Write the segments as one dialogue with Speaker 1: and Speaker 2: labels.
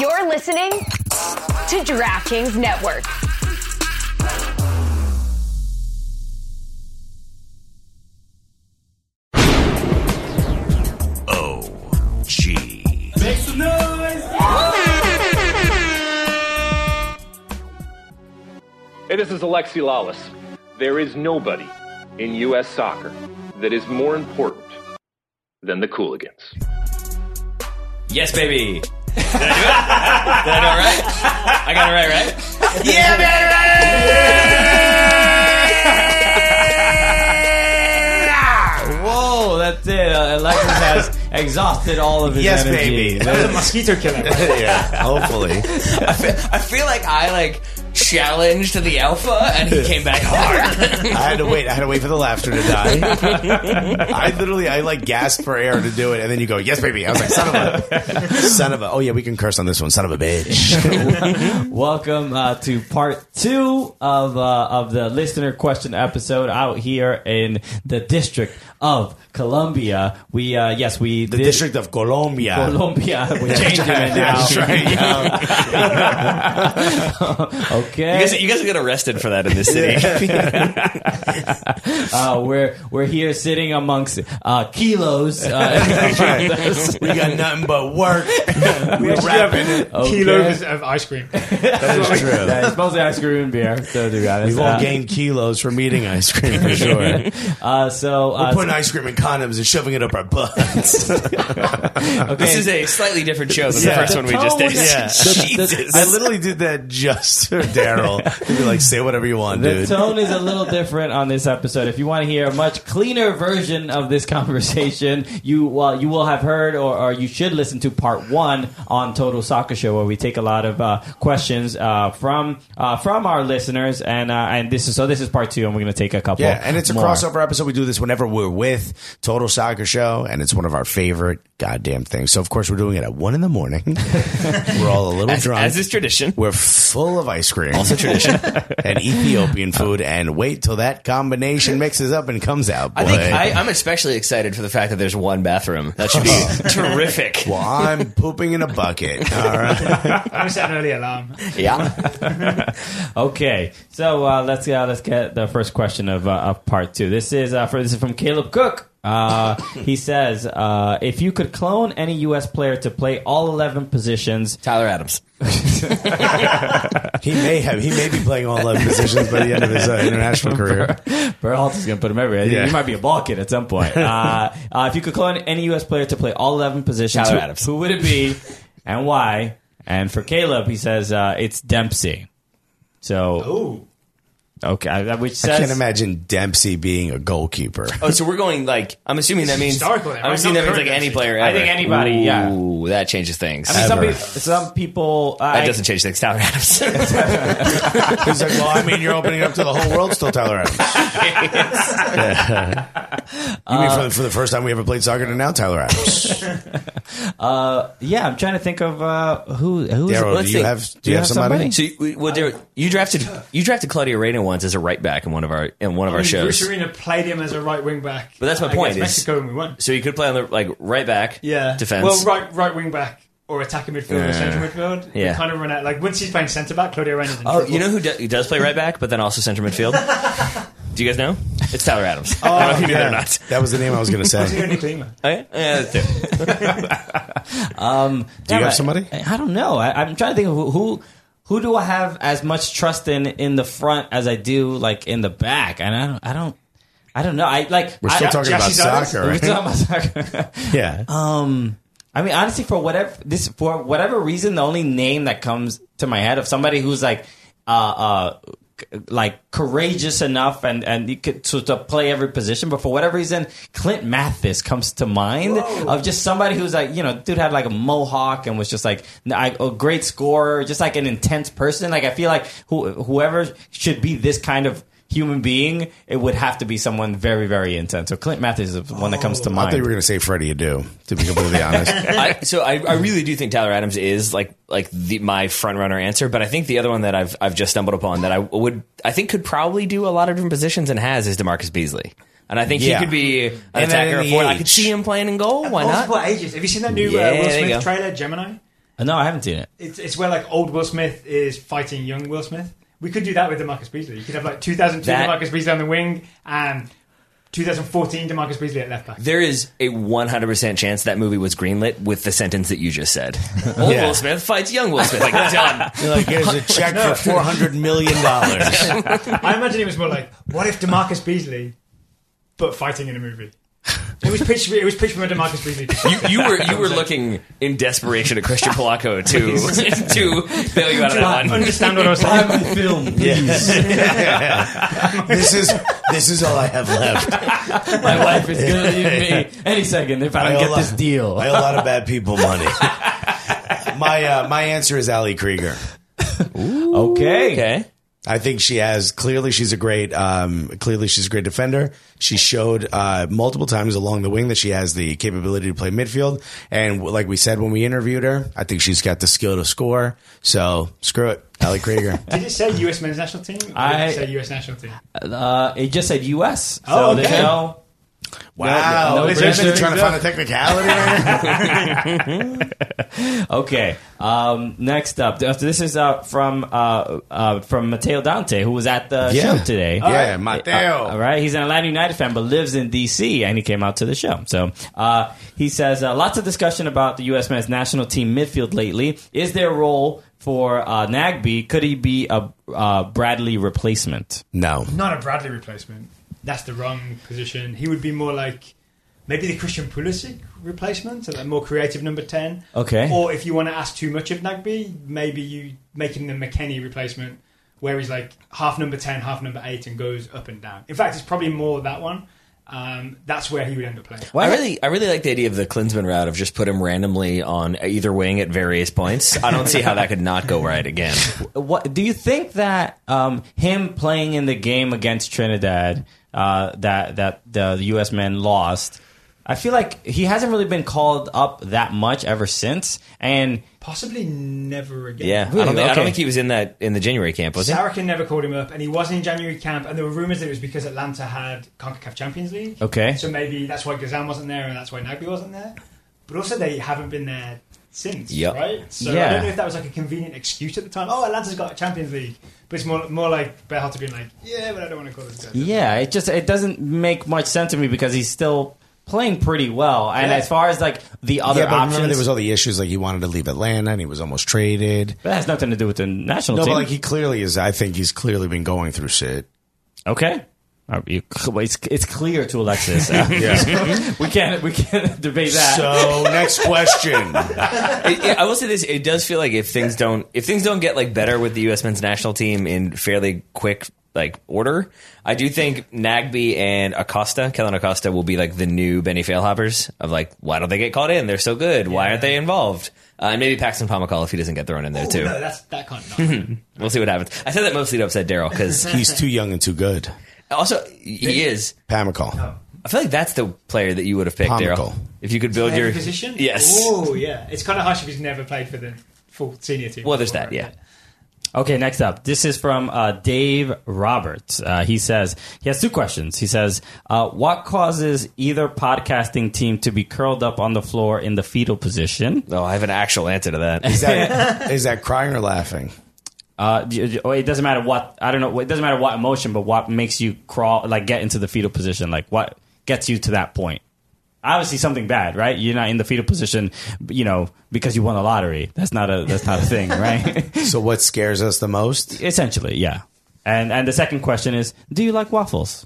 Speaker 1: You're listening to DraftKings Network.
Speaker 2: OG.
Speaker 3: Make some noise.
Speaker 4: Hey, this is Alexi Lawless. There is nobody in U.S. soccer that is more important than the Cooligans.
Speaker 5: Yes, baby. Did I do it? Did I do it right? I got it right, right? Yeah, man! right! Whoa, that's it. Uh, Alexis has exhausted all of his
Speaker 2: Yes,
Speaker 5: energy.
Speaker 2: baby.
Speaker 5: That-
Speaker 6: That's a mosquito killer. right?
Speaker 2: yeah, hopefully.
Speaker 7: I feel, I feel like I like challenged the alpha, and he came back hard.
Speaker 2: I had to wait. I had to wait for the laughter to die. I literally, I like gasped for air to do it, and then you go, "Yes, baby." I was like, "Son of a, son of a." Oh yeah, we can curse on this one. Son of a bitch.
Speaker 5: Welcome uh, to part two of uh, of the listener question episode out here in the District of Columbia. We uh, yes, we
Speaker 2: The District of Colombia.
Speaker 5: Columbia. We're changing it now.
Speaker 2: That's right. yeah.
Speaker 5: Okay.
Speaker 7: you, guys, you guys get arrested for that in this city.
Speaker 5: uh, we're we're here sitting amongst uh, kilos. Uh,
Speaker 2: That's right. We got nothing but work.
Speaker 6: We actually have a kilo of- of ice cream.
Speaker 2: That is true.
Speaker 5: yeah, it's mostly ice cream and beer. So do that.
Speaker 2: We've all gained kilos from eating ice cream for sure.
Speaker 5: Uh, so uh,
Speaker 2: We're putting ice cream in condoms and shoving it up our butts.
Speaker 5: okay.
Speaker 7: This is a slightly different show than
Speaker 2: Yeah.
Speaker 7: the first one we just did.
Speaker 2: yeah.
Speaker 7: Jesus.
Speaker 2: I literally did that just for Daryl. He'd be like, say whatever you want,
Speaker 5: The
Speaker 2: dude.
Speaker 5: tone is a little different on this episode. If you want to hear a much cleaner version of this conversation, you well, you will have heard or, or you should listen to part one on Total Soccer Show, where we take a lot of uh, questions uh, from uh, from our listeners, and uh, and this is so this is part two, and we're going to take a couple.
Speaker 2: Yeah, and it's a
Speaker 5: more.
Speaker 2: crossover episode. We do this whenever we're with Total Soccer Show, and it's one of our favorite goddamn things. So, of course, we're doing it at one in the morning. we're all a little
Speaker 7: As,
Speaker 2: drunk.
Speaker 7: as is tradition.
Speaker 2: we're full of ice cream, also tradition, and Ethiopian
Speaker 7: Uh,
Speaker 2: food. And wait till that combination mixes up and comes out. Boy.
Speaker 7: I think I, I'm especially excited for the fact that there's one bathroom. That should be terrific.
Speaker 2: well, I'm pooping in a bucket. All right.
Speaker 6: I set an early alarm.
Speaker 7: Yeah.
Speaker 5: Okay, so uh, let's uh, let's get the first question of, uh, of part two. This is uh, for this is from Caleb Cook. Uh, he says, uh, "If you could clone any U.S. player to play all eleven positions,
Speaker 7: Tyler Adams.
Speaker 2: He may have. He may be playing all eleven positions by the end of his uh, international career.
Speaker 5: Berhalter's going to put him everywhere.
Speaker 2: Yeah.
Speaker 5: You might be a ball kid at some point. Uh, uh, if you could clone any U.S. player to play all 11 positions,
Speaker 7: Tyler
Speaker 5: who,
Speaker 7: Adams.
Speaker 5: who would it be and why? And for Caleb, he says uh, it's Dempsey. So,
Speaker 6: Ooh.
Speaker 5: okay, I- which
Speaker 2: I
Speaker 5: says...
Speaker 2: can't imagine Dempsey being a goalkeeper.
Speaker 7: Oh, so we're going like I'm assuming that means
Speaker 6: Historical, right?
Speaker 7: I'm assuming that
Speaker 6: Not
Speaker 7: means like
Speaker 6: current,
Speaker 7: any
Speaker 6: actually.
Speaker 7: player.
Speaker 5: I
Speaker 7: ever.
Speaker 5: think anybody, yeah.
Speaker 7: Ooh, that changes things.
Speaker 5: I mean, some,
Speaker 2: ever.
Speaker 5: people, some people... Uh,
Speaker 7: that doesn't change things. Tyler Adams.
Speaker 2: He's like, well, I mean, you're opening up to the whole world still, Tyler Adams. you mean for, for the first time we ever played soccer to now, Tyler Adams?
Speaker 5: Yeah, I'm trying to think of uh, who... who's
Speaker 2: Daryl,
Speaker 7: let's
Speaker 2: do you
Speaker 7: see.
Speaker 2: have do you have somebody?
Speaker 7: So you, well, Derek, you drafted you drafted Claudio Reyna once as a right back in one of our in one of
Speaker 6: I
Speaker 7: our
Speaker 6: mean, Bruce
Speaker 7: shows.
Speaker 6: Arena played him as a right wing back.
Speaker 7: But that's my
Speaker 6: against
Speaker 7: point, is-
Speaker 6: Mexico and we won.
Speaker 7: So you could play on the like right back,
Speaker 6: Yeah.
Speaker 7: defense.
Speaker 6: Well, right, right wing back or attacking midfield or central midfield.
Speaker 7: Yeah.
Speaker 6: You kind of run out. Like once he's playing centre back, Claudio Reyna's in
Speaker 7: Oh,
Speaker 6: trouble.
Speaker 7: you know who, do, who does play right back, but then also center midfield? do you guys know? It's Tyler Adams.
Speaker 2: Oh.
Speaker 7: I don't know if you knew that or not.
Speaker 2: That was the name I was going to
Speaker 6: He's the
Speaker 2: say.
Speaker 6: only cleaner.
Speaker 7: Okay? Yeah, that's it.
Speaker 2: Do you
Speaker 5: Damn,
Speaker 2: have
Speaker 5: I-
Speaker 2: somebody?
Speaker 5: I, don't know. I, I'm trying to think of who, who who do I have as much trust in in the front as I do like in the back, and I don't I don't I don't know. I like
Speaker 2: We're still
Speaker 5: I,
Speaker 2: talking about
Speaker 6: Jesse's others?
Speaker 2: soccer,
Speaker 5: We're
Speaker 2: right?
Speaker 5: talking about soccer.
Speaker 2: Yeah.
Speaker 5: Um, I mean, honestly, for whatever this for whatever reason, the only name that comes to my head of somebody who's like, uh, uh, c- like courageous enough and and you could to, to play every position, but for whatever reason, Clint Mathis comes to mind of just somebody who's like, you know, dude had like a mohawk and was just like n- I- a great scorer, just like an intense person. Like I feel like who whoever should be this kind of. Human being, it would have to be someone very, very intense. So Clint Mathis is the one that comes to
Speaker 2: Oh, I
Speaker 5: mind.
Speaker 2: thought you were going to say Freddie Adu, to be completely honest.
Speaker 7: I, so I, I really do think Tyler Adams is like like the, my front runner answer, but I think the other one that I've I've just stumbled upon that I would I think could probably do a lot of different positions and has is Demarcus Beasley, and I think
Speaker 2: Yeah.
Speaker 7: he could be an
Speaker 2: And then
Speaker 7: attacker.
Speaker 2: in
Speaker 7: Or
Speaker 2: the
Speaker 7: I could
Speaker 2: H.
Speaker 7: see him playing in goal. Why not?
Speaker 6: Multiple ages. Have you seen that new
Speaker 7: Yeah,
Speaker 6: uh, Will
Speaker 7: there you go.
Speaker 6: Smith trailer, Gemini?
Speaker 5: Uh, No, I haven't seen it.
Speaker 6: It's, it's where like old Will Smith is fighting young Will Smith. We could do that with Demarcus Beasley. You could have like 2002
Speaker 7: That-
Speaker 6: Demarcus Beasley on the wing and 2014 Demarcus Beasley at left back.
Speaker 7: There is a 100% chance that movie was greenlit with the sentence that you just said. Old
Speaker 2: Yeah.
Speaker 7: Will Smith fights young Will Smith. Like, done.
Speaker 2: You're like, here's a check for four hundred million dollars.
Speaker 6: I imagine it was more like, what if Demarcus Beasley, but fighting in a movie? It was pitched. It was pitched from a Demarcus Beasley.
Speaker 7: You, you were you were looking in desperation at Christian Polacco to to bail you out of that one.
Speaker 6: Understand what I was saying?
Speaker 5: my film,
Speaker 2: this is this is all I have left.
Speaker 5: My wife is gonna leave me any second if I
Speaker 2: I
Speaker 5: don't
Speaker 2: owe
Speaker 5: get
Speaker 2: a-
Speaker 5: this deal.
Speaker 2: uh, I owe a lot of bad people money. my uh, my answer is Ali Krieger.
Speaker 5: Okay.
Speaker 7: Okay.
Speaker 2: I think she has clearly she's a great um, clearly she's a great defender. She showed uh, multiple times along the wing that she has the capability to play midfield. And w- like we said when we interviewed her, I think she's got the skill to score. So screw it, Ali Krieger.
Speaker 6: Did it say U.S. men's national team? Or did
Speaker 5: I-
Speaker 6: it say U.S. national team?
Speaker 5: Uh, it just said U.S. So
Speaker 6: Oh,
Speaker 5: there's
Speaker 6: okay.
Speaker 5: no.
Speaker 2: wow,
Speaker 5: No, no,
Speaker 2: Is
Speaker 5: no,
Speaker 2: there something
Speaker 5: no,
Speaker 2: trying to find a technicality. right now?
Speaker 5: Okay. Um, next up, th- this is uh, from uh, uh, from Mateo Dante, who was at the
Speaker 2: Yeah. Oh,
Speaker 5: show today.
Speaker 2: Yeah,
Speaker 5: Uh, all
Speaker 2: Mateo.
Speaker 5: right, he's an Atlanta United fan, but lives in D.C. and he came out to the show. So uh, he says uh, lots of discussion about the U.S. men's national team midfield lately. Is there a role for uh, Nagby? Could he be a uh, Bradley replacement?
Speaker 2: No,
Speaker 6: Not a Bradley replacement. That's the wrong position. He would be more like maybe the Christian Pulisic replacement, so that more creative number ten.
Speaker 5: Okay.
Speaker 6: Or if you want to ask too much of Nagby, maybe you make him the McKenny replacement, where he's like half number ten, half number eight, and goes up and down. In fact, it's probably more that one. Um, that's where he would end up playing.
Speaker 7: I really I really like the idea of the Klinsman route of just put him randomly on either wing at various points. I don't see how that could not go right again.
Speaker 5: What do you think that um, him playing in the game against Trinidad uh, that that the, the U.S. men lost? I feel like he hasn't really been called up that much ever since, and
Speaker 6: Possibly never again.
Speaker 7: Yeah. I, don't think, I
Speaker 5: Okay.
Speaker 7: don't think he was in that in the January camp, was he?
Speaker 6: Sarakin never called him up, and he wasn't in January camp. And there were rumors that it was because Atlanta had Concacaf Champions League.
Speaker 5: Okay.
Speaker 6: so maybe that's why Gazan wasn't there, and that's why Nagby wasn't there. But also, they haven't been there since,
Speaker 7: Yep.
Speaker 6: right? So I
Speaker 5: Yeah.
Speaker 6: don't know if that was like a convenient excuse at the time. Oh, Atlanta's got a Champions League, but it's more more like Berhalter being like, yeah, but I don't want to call this guy.
Speaker 5: yeah, it just it doesn't make much sense to me because he's still playing pretty well. And
Speaker 6: Yeah.
Speaker 5: as far as like the other
Speaker 2: yeah, but remember
Speaker 5: options,
Speaker 2: there was all the issues like he wanted to leave Atlanta and he was almost traded.
Speaker 5: that has nothing to do with the national
Speaker 2: No,
Speaker 5: team.
Speaker 2: but like he clearly is. I think he's clearly been going through shit.
Speaker 5: okay. Uh, you- It's, it's clear to Alexis. Uh, we can't we can't debate that.
Speaker 2: So next question.
Speaker 7: It- it- I will say this: it does feel like if things don't if things don't get like better with the U.S. men's national team in fairly quick like order, I do think Nagby and Acosta, Kellen Acosta, will be like the new Benny Failhoppers of like, why don't they get called in? They're so good. Why aren't they involved? Uh, and maybe Paxton Pomacall if he doesn't get thrown in there
Speaker 6: Oh,
Speaker 7: too.
Speaker 6: no, that's that can't. Not.
Speaker 7: We'll see what happens. I said that mostly to upset Daryl because
Speaker 2: He's too young and too good.
Speaker 7: also he is.
Speaker 2: Pamacall.
Speaker 7: I feel like that's the player that you would have picked, Daryl,
Speaker 2: Pomacall.
Speaker 7: if you could build your
Speaker 6: position.
Speaker 7: Yes.
Speaker 6: Oh yeah, it's kind of harsh if he's never played for the full senior team.
Speaker 7: Well, there's
Speaker 6: before,
Speaker 7: that. Yeah.
Speaker 5: Okay, next up. This is from uh, Dave Roberts. Uh, he says he has two questions. He says, uh, "What causes either podcasting team to be curled up on the floor in the fetal position?"
Speaker 7: Oh, I have an actual answer to that.
Speaker 2: Is that is that crying or laughing?
Speaker 5: Uh, d- d- or it doesn't matter what I don't know. It doesn't matter what emotion, but what makes you crawl, like get into the fetal position, like what gets you to that point. Obviously, something bad, right? You're not in the fetal position, you know, because you won the lottery. That's not a that's not a thing, right?
Speaker 2: So what scares us the most?
Speaker 5: Essentially, yeah. And and the second question is, do you like waffles?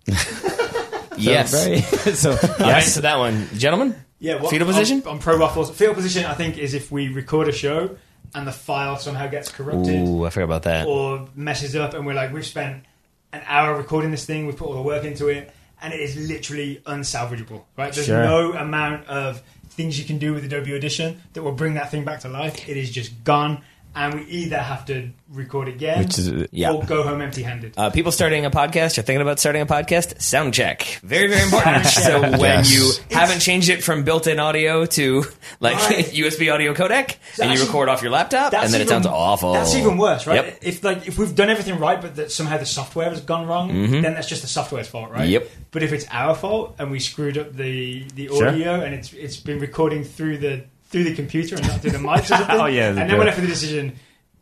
Speaker 7: yes.
Speaker 5: Very- so
Speaker 7: All right,
Speaker 5: yes.
Speaker 7: so that one, gentlemen.
Speaker 6: Yeah, oh, what,
Speaker 7: fetal position.
Speaker 6: on, on pro waffles. Fetal position, I think, is if we record a show and the file somehow gets corrupted
Speaker 7: Ooh, I forgot about that.
Speaker 6: or messes up, and we're like, we've spent an hour recording this thing, we put all the work into it, and it is literally unsalvageable. Right? There's
Speaker 5: Sure.
Speaker 6: no amount of things you can do with Adobe Audition that will bring that thing back to life. It is just gone, and we either have to record again,
Speaker 5: Which is-
Speaker 7: yeah.
Speaker 6: or go home empty-handed.
Speaker 7: Uh, people starting a podcast or thinking about starting a podcast, sound check. Very, very important. so when
Speaker 2: Yes.
Speaker 7: you haven't changed it from built in audio to like
Speaker 6: Right.
Speaker 7: USB audio codec and you
Speaker 6: actually-
Speaker 7: record off your laptop and then it
Speaker 6: even-
Speaker 7: sounds awful.
Speaker 6: That's even worse, right?
Speaker 7: Yep.
Speaker 6: If like if we've done everything right, but that somehow the software has gone wrong, then that's just the software's fault, right?
Speaker 7: Yep.
Speaker 6: But if it's our fault and we screwed up the the
Speaker 5: Sure.
Speaker 6: audio and it's it's been recording through the through the computer and not through the mics or something.
Speaker 5: Oh, yeah,
Speaker 6: And then
Speaker 5: yeah.
Speaker 6: we left with the decision: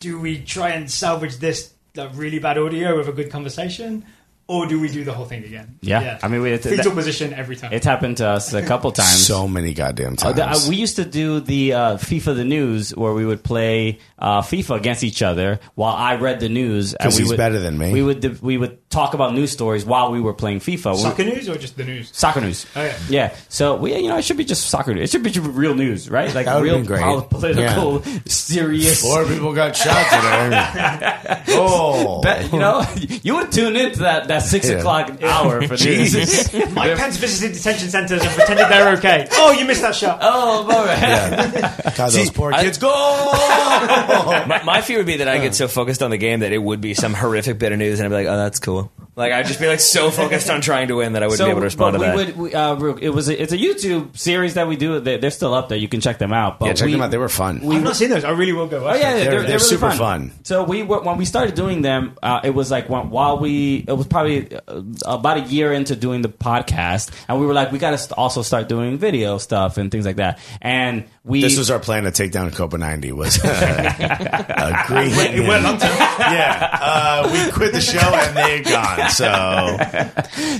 Speaker 6: do we try and salvage this like, really bad audio with a good conversation, or do we do the whole thing again?
Speaker 5: Yeah. I mean, we- it's-
Speaker 6: fetal
Speaker 5: that-
Speaker 6: position every time.
Speaker 5: It's happened to us a couple times.
Speaker 2: So many goddamn
Speaker 5: Uh,
Speaker 2: times.
Speaker 5: the- uh, we used to do the uh, FIFA the news where we would play uh, FIFA against each other while I read the news. and
Speaker 2: 'Cause
Speaker 5: we
Speaker 2: he's
Speaker 5: would-
Speaker 2: better than me.
Speaker 5: We would d- we would talk about news stories while we were playing FIFA. We-
Speaker 6: Soccer news or just the news?
Speaker 5: soccer news.
Speaker 6: Oh, yeah.
Speaker 5: So we, you know, it should be just soccer news. It should be just real news, right? Like
Speaker 2: That would've
Speaker 5: real
Speaker 2: been great.
Speaker 5: pol- political, serious.
Speaker 2: Four people got shot today. oh,
Speaker 5: But, you know, you would tune into that that six
Speaker 2: Yeah.
Speaker 5: o'clock hour for news.
Speaker 2: Jesus.
Speaker 6: Mike Pence visited detention centres and pretended they're okay. Oh, you missed that shot.
Speaker 5: Oh, all right.
Speaker 2: God, those poor
Speaker 7: I-
Speaker 2: kids. Go.
Speaker 7: my, my fear would be that I get so focused on the game that it would be some horrific bit of news, and I'd be like, "Oh, that's cool." Like I'd just be like so focused on trying to win that I wouldn't be able to respond to
Speaker 5: but
Speaker 7: that.
Speaker 5: we Would, we, uh, Rook, it was a, it's a YouTube series that we do. They're, they're still up there. You can check them out. But
Speaker 2: Yeah, check
Speaker 5: we-
Speaker 2: them out. They were fun.
Speaker 6: I've not seen those. I really will go.
Speaker 5: Oh
Speaker 6: watch
Speaker 5: yeah,
Speaker 6: them.
Speaker 5: they're,
Speaker 2: They're-
Speaker 5: they're,
Speaker 2: they're
Speaker 5: really
Speaker 2: super fun.
Speaker 5: So we were, when we started doing them, uh, it was like when, while we it was probably uh, about a year into doing the podcast, and we were like, we got to st- also start doing video stuff and things like that. And we
Speaker 2: This was our plan to take down Copa 90 was uh, agreeing.
Speaker 6: It went on to-
Speaker 2: yeah, uh, we quit the show and they're gone. So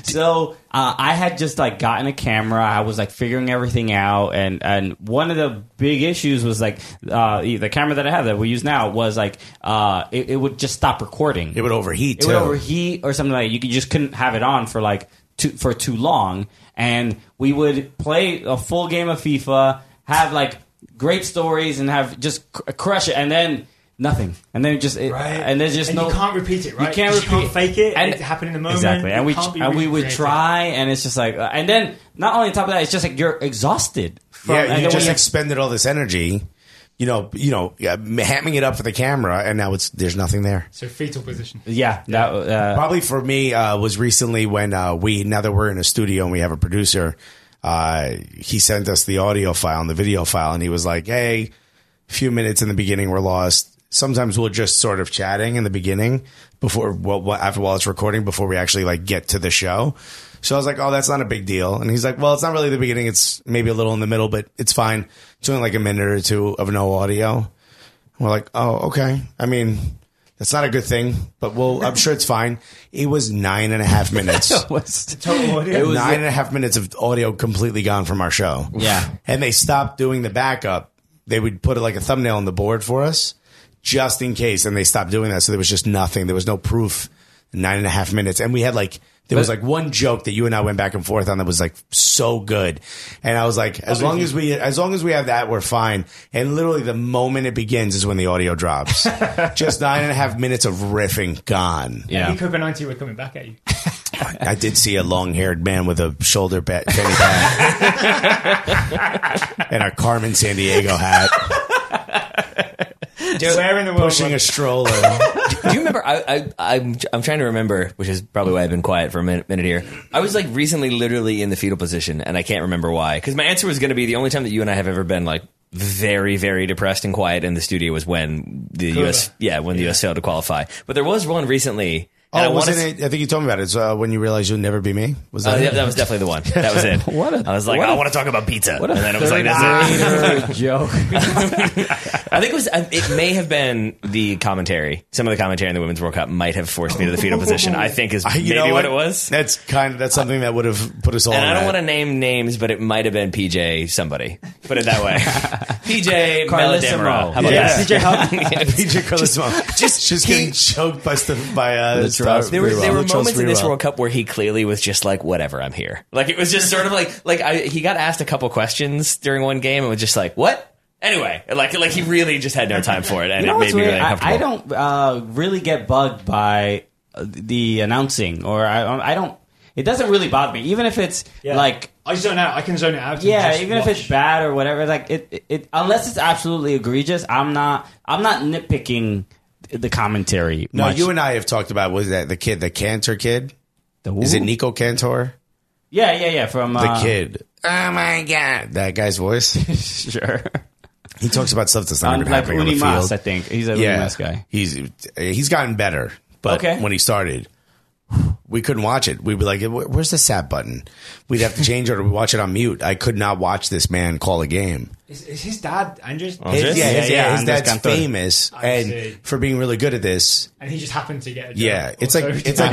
Speaker 5: so uh, I had just like gotten a camera. I was like figuring everything out, and and one of the big issues was like uh, the camera that I have that we use now was like uh, it, it would just stop recording.
Speaker 2: it would overheat
Speaker 5: it
Speaker 2: too.
Speaker 5: would overheat or something like that. You could- just couldn't have it on for like too, for too long. And we would play a full game of FIFA, have like great stories, and have just cr- crush it, and then nothing, and then just it, and there's just
Speaker 6: and
Speaker 5: no
Speaker 6: you can't repeat it, right?
Speaker 5: You can't,
Speaker 6: 'Cause you
Speaker 5: repeat
Speaker 6: can't fake it, it happened in the moment,
Speaker 5: Exactly, and
Speaker 6: you
Speaker 5: we
Speaker 6: can't be
Speaker 5: and we would
Speaker 6: recreative.
Speaker 5: try, and it's just like, uh, and then not only on top of that, it's just like you're exhausted. From, and
Speaker 2: yeah,
Speaker 5: then
Speaker 2: you
Speaker 5: when
Speaker 2: just
Speaker 5: you-
Speaker 2: expended all this energy. You know, you know, yeah, hamming it up for the camera, and now it's there's nothing there.
Speaker 6: So fetal position.
Speaker 5: yeah, that, uh,
Speaker 2: Probably for me uh, was recently when uh, we now that we're in a studio and we have a producer, uh, he sent us the audio file and the video file, and he was like, "Hey, a few minutes in the beginning were lost. Sometimes we're just sort of chatting in the beginning before well, well, after while it's recording before we actually like get to the show." So I was like, "Oh, that's not a big deal," and he's like, "Well, it's not really the beginning. It's maybe a little in the middle, but it's fine. It's only like a minute or two of no audio." We're like, oh, okay. I mean, that's not a good thing, but we'll, I'm sure it's fine. It was nine and a half minutes.
Speaker 5: was-
Speaker 6: Total audio.
Speaker 5: It was-
Speaker 2: nine and a half minutes of audio completely gone from our show.
Speaker 5: Yeah.
Speaker 2: And they stopped doing the backup. They would put it like a thumbnail on the board for us just in case. And they stopped doing that. So there was just nothing. There was no proof. Nine and a half minutes. And we had like, there was like one joke that you and I went back and forth on that was like so good. And I was like, as long as we, as long as we have that, we're fine. And literally the moment it begins is when the audio drops. just nine and a half minutes of riffing gone.
Speaker 5: yeah.
Speaker 6: You Copa 90 were coming back at you.
Speaker 2: I did see a long haired man with a shoulder pad, fanny pad, and a Carmen San Diego hat,
Speaker 6: Where in the world?
Speaker 2: pushing a
Speaker 6: was-
Speaker 2: stroller.
Speaker 7: Do you remember? I, I, I'm, I'm trying to remember, which is probably why I've been quiet for a minute, minute here. I was like recently, literally in the fetal position, and I can't remember why. Because my answer was going to be the only time that you and I have ever been like very, very depressed and quiet in the studio was when the U.S. Yeah, when the U.S. failed to qualify. But there was one recently. and I
Speaker 2: Oh,
Speaker 7: wanna
Speaker 2: wasn't
Speaker 7: s-
Speaker 2: it? I think you told me about it. It's uh, when you realized you'll never be me. Was
Speaker 7: Uh,
Speaker 2: that?
Speaker 7: yeah,
Speaker 2: it?
Speaker 7: that was definitely the one. That was it.
Speaker 5: What a-
Speaker 7: I was like,
Speaker 5: what
Speaker 7: I
Speaker 5: a-
Speaker 7: want to talk about pizza,
Speaker 5: What a
Speaker 7: and then it was like, that's it.
Speaker 5: third-rate joke.
Speaker 7: I think it was. It may have been the commentary. Some of the commentary in the Women's World Cup might have forced me to the fetal position. I think is
Speaker 2: I-
Speaker 7: maybe what? it was.
Speaker 2: That's kind of that's something that would have put us all.
Speaker 7: And I don't want to
Speaker 2: want
Speaker 7: name names, but it might have been PJ somebody. Put it that way. PJ
Speaker 5: Carlissimo.
Speaker 7: Melodemero. How about
Speaker 2: Yeah.
Speaker 7: that?
Speaker 6: DJ Hub.
Speaker 2: to. PJ Carlissimo. Just she's getting choked by st- by uh,
Speaker 5: The
Speaker 2: Star-
Speaker 5: trust.
Speaker 7: There were, there were
Speaker 2: The trust
Speaker 7: moments in this
Speaker 2: rerun.
Speaker 7: World Cup where he clearly was just like, whatever, I'm here. Like, it was just sort of like, like I, he got asked a couple questions during one game and was just like, what? Anyway, like, like he really just had no time for it. And
Speaker 5: You know
Speaker 7: it made
Speaker 5: what's
Speaker 7: me
Speaker 5: weird?
Speaker 7: really uncomfortable.
Speaker 5: I, I don't uh, really get bugged by uh, the announcing, or I, I don't. It doesn't really bother me, even if it's
Speaker 6: Yeah.
Speaker 5: like.
Speaker 6: I zone out. I can zone it out. and
Speaker 5: Yeah,
Speaker 6: just
Speaker 5: even if
Speaker 6: watch.
Speaker 5: it's bad or whatever, like it, it, it, unless it's absolutely egregious, I'm not, I'm not nitpicking the commentary.
Speaker 2: No, you and I have talked about was that the kid, the Cantor kid? Is it Nico Cantor?
Speaker 5: Yeah, yeah, yeah. From
Speaker 2: The
Speaker 5: uh,
Speaker 2: kid. Oh my god, that guy's voice.
Speaker 5: sure.
Speaker 2: He talks about stuff that's not
Speaker 5: Um,
Speaker 2: even
Speaker 5: like
Speaker 2: happening on the
Speaker 5: Uni Mas,
Speaker 2: field.
Speaker 5: I think he's a Uni Mas guy.
Speaker 2: He's he's gotten better, but
Speaker 5: Okay.
Speaker 2: when he started, We couldn't watch it. We'd be like, "Where- "Where's the sap button?" We'd have to change it, or we watch it on mute. I could not watch this man call a game.
Speaker 6: Is, is his dad Andres?
Speaker 5: Oh,
Speaker 2: His, yeah, his,
Speaker 5: Yeah,
Speaker 2: yeah,
Speaker 5: yeah,
Speaker 2: his
Speaker 5: Andres
Speaker 2: dad's
Speaker 5: Cantor.
Speaker 2: famous
Speaker 6: I
Speaker 2: and
Speaker 6: see.
Speaker 2: for being really good at this.
Speaker 6: and he just happened to get a job.
Speaker 2: Yeah, it's
Speaker 6: also.
Speaker 2: like it's like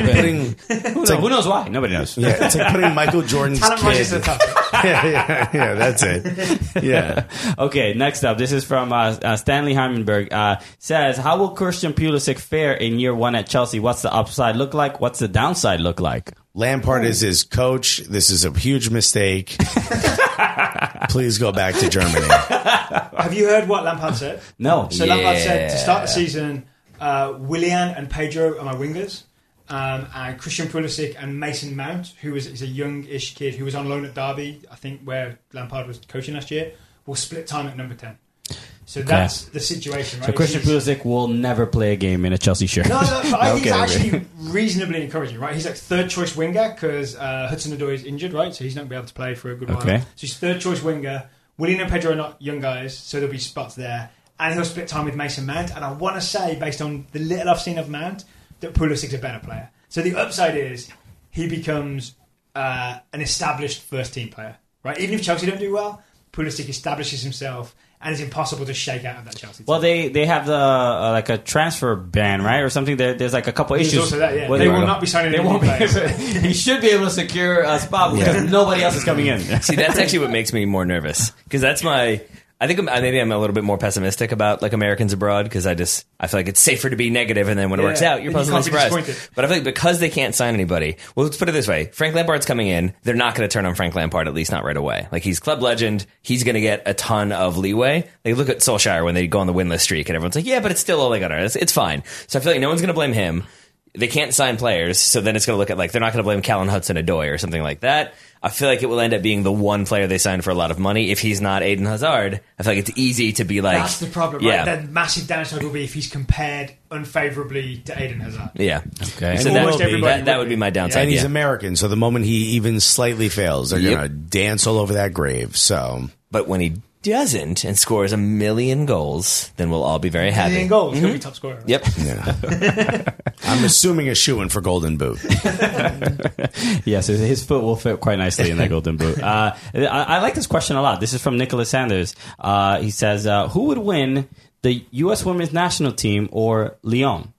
Speaker 2: putting
Speaker 5: Happened. It's like, who knows why? Nobody knows.
Speaker 2: yeah, it's like putting Michael Jordan's
Speaker 6: talent
Speaker 2: kid.
Speaker 6: matches the topic.
Speaker 2: yeah, yeah, yeah, that's it. Yeah,
Speaker 5: Okay, next up, this is from uh, uh, Stanley Heimenberg. Uh, says, how will Christian Pulisic fare in year one at Chelsea? What's the upside look like? What's the downside look like?
Speaker 2: Lampard is his coach. This is a huge mistake. Please go back to Germany.
Speaker 6: Have you heard what Lampard said?
Speaker 5: No.
Speaker 6: So Lampard said to start the season, uh, Willian and Pedro are my wingers, um, and Christian Pulisic and Mason Mount, who is, is a young-ish kid who was on loan at Derby, I think, where Lampard was coaching last year, will split time at number ten. So that's the situation, right?
Speaker 5: So Christian
Speaker 6: He's-
Speaker 5: Pulisic will never play a game in a Chelsea shirt.
Speaker 6: No, no, but I think
Speaker 5: Okay,
Speaker 6: he's
Speaker 5: okay.
Speaker 6: actually reasonably encouraging, right? He's like third choice winger because uh, Hudson Odoi is injured, right? So he's not going to be able to play for a good while.
Speaker 5: Okay.
Speaker 6: So he's third choice winger. William and Pedro are not young guys, so there'll be spots there. And he'll split time with Mason Mount. And I want to say, based on the little I've seen of Mount, that Pulisic's a better player. So the upside is he becomes uh, an established first team player, right? Even if Chelsea don't do well, Pulisic establishes himself and it's impossible to shake out of that Chelsea team.
Speaker 5: Well, they they have the uh, like a transfer ban, right, or something. There, there's like a couple
Speaker 6: There's
Speaker 5: issues.
Speaker 6: also that, yeah.
Speaker 5: Well,
Speaker 6: They will not be signing
Speaker 5: They
Speaker 6: any
Speaker 5: won't
Speaker 6: new
Speaker 5: be able-
Speaker 6: players.
Speaker 5: he should be able to secure a spot because nobody else is coming in.
Speaker 7: See, that's actually what makes me more nervous because that's my. I think I'm, I- maybe I'm a little bit more pessimistic about like Americans abroad because I just I feel like it's safer to be negative and then when it
Speaker 6: Yeah.
Speaker 7: works out you're
Speaker 6: Then you
Speaker 7: pleasantly
Speaker 6: can't be
Speaker 7: surprised.
Speaker 6: disappointed.
Speaker 7: But I feel like because they can't sign anybody, well, let's put it this way: Frank Lampard's coming in. They're not going to turn on Frank Lampard at least not right away. Like he's club legend. He's going to get a ton of leeway. They look at Solskjaer when they go on the winless streak and everyone's like, yeah, but it's still Ole Gunnar. It's, it's fine. So I feel like no one's going to blame him. They can't sign players, so then it's going to look at like they're not going to blame Callan Hudson Adoy or something like that. I feel like it will end up being the one player they signed for a lot of money. If he's not Aiden Hazard, I feel like it's easy to be like
Speaker 6: That's the problem,
Speaker 7: Yeah,
Speaker 6: right? The massive downside will be if he's compared unfavourably to Aiden Hazard.
Speaker 7: yeah.
Speaker 5: Okay.
Speaker 7: So
Speaker 2: Almost
Speaker 7: that,
Speaker 2: everybody
Speaker 7: that, that would be my downside.
Speaker 2: and he's
Speaker 7: yeah.
Speaker 2: American, so the moment he even slightly fails, they're
Speaker 7: Yep.
Speaker 2: gonna dance all over that grave. So
Speaker 7: But when he doesn't and scores a million goals, then we'll all be very happy.
Speaker 6: Million goals, he'll be top scorer. right?
Speaker 7: Yep.
Speaker 2: yeah. I'm assuming a shoe in for Golden Boot.
Speaker 5: Yes, his, his foot will fit quite nicely in that golden boot. Uh, I, I like this question a lot. This is from Nicholas Sanders. Uh, he says, uh, "Who would win the U.S. Women's National Team or Lyon?"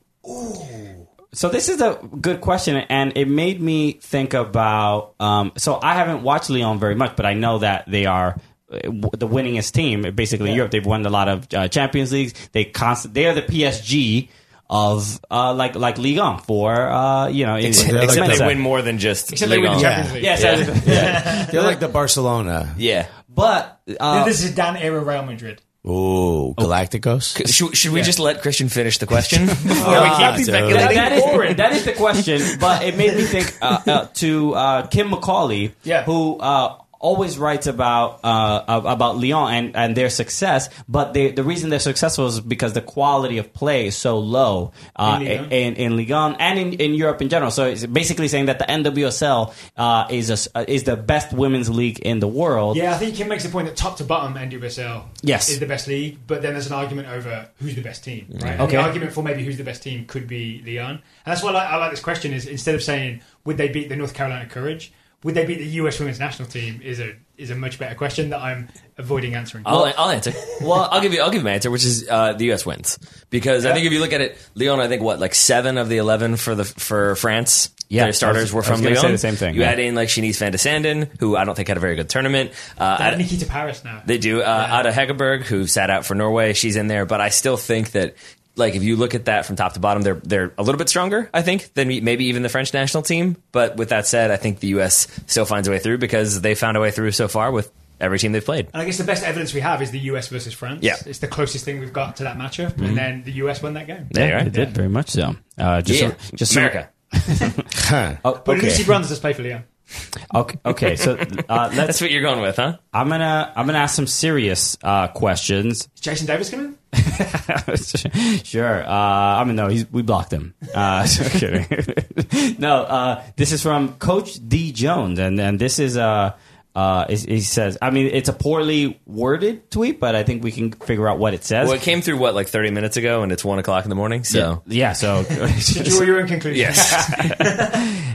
Speaker 5: So this is a good question, and it made me think about. Um, so I haven't watched Lyon very much, but I know that they are uh, w- the winningest team basically in Europe. They've won a lot of uh, Champions Leagues. They constant. They are the PSG of uh, like like Ligue 1 for uh, you know. in-
Speaker 7: Except
Speaker 5: in
Speaker 2: Except
Speaker 5: men's
Speaker 7: they
Speaker 5: side.
Speaker 7: win more than just
Speaker 6: Except they win the
Speaker 7: Ligue 1.
Speaker 6: Champions League.
Speaker 5: Yes, yes,
Speaker 2: They're like the Barcelona.
Speaker 7: Yeah.
Speaker 5: But
Speaker 6: Yeah,
Speaker 5: uh,
Speaker 6: This is Dan era Real Madrid.
Speaker 5: Oh.
Speaker 2: Ooh, Galacticos.
Speaker 7: Should, should we just let Christian finish the question before we
Speaker 2: dude.
Speaker 7: keep
Speaker 5: that-
Speaker 7: speculating?
Speaker 5: that, is, that is the question. But it made me think uh, uh, to uh, Kim McCauley,
Speaker 6: Yeah.
Speaker 5: who uh, always writes about uh, ab- about Lyon and, and their success. But they, the reason they're successful is because the quality of play is so low uh,
Speaker 6: In Ligue 1?
Speaker 5: in, in Ligue 1 and in, in Europe in general. So it's basically saying that the NWSL uh, is a s uh, is the best women's league in the world.
Speaker 6: Yeah, I think Kim makes the point that top to bottom, NWSL
Speaker 5: Yes.
Speaker 6: is the best league, but then there's an argument over who's the best team, right? And
Speaker 5: Okay.
Speaker 6: The argument for maybe who's the best team could be Leon. And that's why I like, I like this question is instead of saying, would they beat the North Carolina Courage, would they beat the US women's national team is a is a much better question that I'm avoiding answering.
Speaker 7: I'll, I'll answer. Well, I'll give you. I'll give you my answer, which is uh, the U.S. wins because I think if you look at it, Lyon. I think what like seven of the eleven for the for France.
Speaker 5: Yeah, I
Speaker 7: their
Speaker 5: was-
Speaker 7: starters were
Speaker 5: I was
Speaker 7: from
Speaker 5: gonna
Speaker 7: Lyon.
Speaker 5: say the same thing,
Speaker 7: You
Speaker 5: yeah.
Speaker 7: add in like Shanice Van de Sanden, who I don't think had a very good tournament. Uh,
Speaker 6: They have Nikita Paris now.
Speaker 7: They do. Uh, Ada Hegerberg, who sat out for Norway, she's in there. But I still think that, like, if you look at that from top to bottom, they're they're a little bit stronger. I think than me- maybe even the French national team. But with that said, I think the U.S. still finds a way through because they found a way through so far with every team they've played.
Speaker 6: And I guess the best evidence we have is the US versus France.
Speaker 7: Yeah. Mm-hmm.
Speaker 6: It's the closest thing we've got to that matchup. And then the US won that game.
Speaker 7: Yeah, right.
Speaker 5: They did very much so. Uh, just
Speaker 7: Yeah.
Speaker 5: just
Speaker 7: America.
Speaker 5: Oh,
Speaker 6: But
Speaker 5: okay.
Speaker 6: Lucy Bronze does play for Leon.
Speaker 5: Okay, okay. So uh,
Speaker 7: That's
Speaker 5: let's.
Speaker 7: what you're going with, huh?
Speaker 5: I'm gonna. I'm gonna ask some serious uh, questions.
Speaker 6: Is Jason Davis coming?
Speaker 5: sure. Uh, I mean, no. He's, we blocked him. Uh, so kidding. no. Uh, this is from Coach D Jones, and and this is uh, Uh, it, it says, I mean, it's a poorly worded tweet, but I think we can figure out what it says.
Speaker 7: Well, it came through what like 30 minutes ago, and it's one o'clock in the morning. So Uh,
Speaker 5: yeah, so
Speaker 6: Draw your own conclusion.
Speaker 7: yes,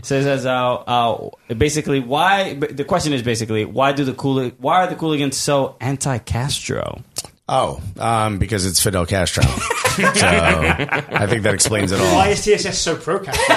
Speaker 5: So it says, uh, uh, basically, why? but The question is basically, why do the cool? Why are the Cooligans so anti-Castro?
Speaker 2: Oh, um, because it's Fidel Castro. so I think that explains it all.
Speaker 6: Why is TSS so pro Castro?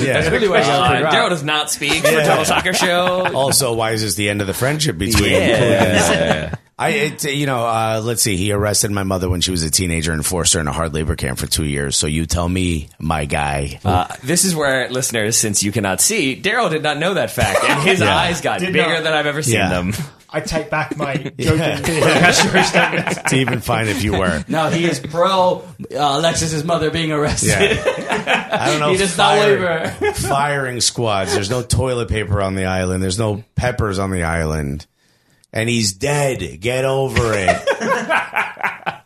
Speaker 2: Yeah.
Speaker 5: Really, what I was
Speaker 7: uh,
Speaker 5: figuring out.
Speaker 7: Daryl does not speak for Total Soccer Show.
Speaker 2: Also, why is this the end of the friendship between?
Speaker 7: Yeah.
Speaker 2: I, it, you know, uh, let's see. He arrested my mother when she was a teenager and forced her in a hard labor camp for two years. So you tell me, my guy.
Speaker 7: Uh, this is where listeners, since you cannot see, Daryl did not know that fact, and his
Speaker 2: Yeah.
Speaker 7: eyes got
Speaker 6: Did
Speaker 7: bigger
Speaker 6: not.
Speaker 7: than I've ever seen
Speaker 2: Yeah.
Speaker 7: them.
Speaker 6: I take back my joking
Speaker 2: Yeah.
Speaker 6: pro Castro statement.
Speaker 2: to even find if you were.
Speaker 5: No, he is pro uh, Alexis's mother being arrested.
Speaker 2: Yeah. I don't know.
Speaker 5: He does not waver.
Speaker 2: firing squads. There's no toilet paper on the island. There's no peppers on the island. And he's dead. Get over it.
Speaker 7: I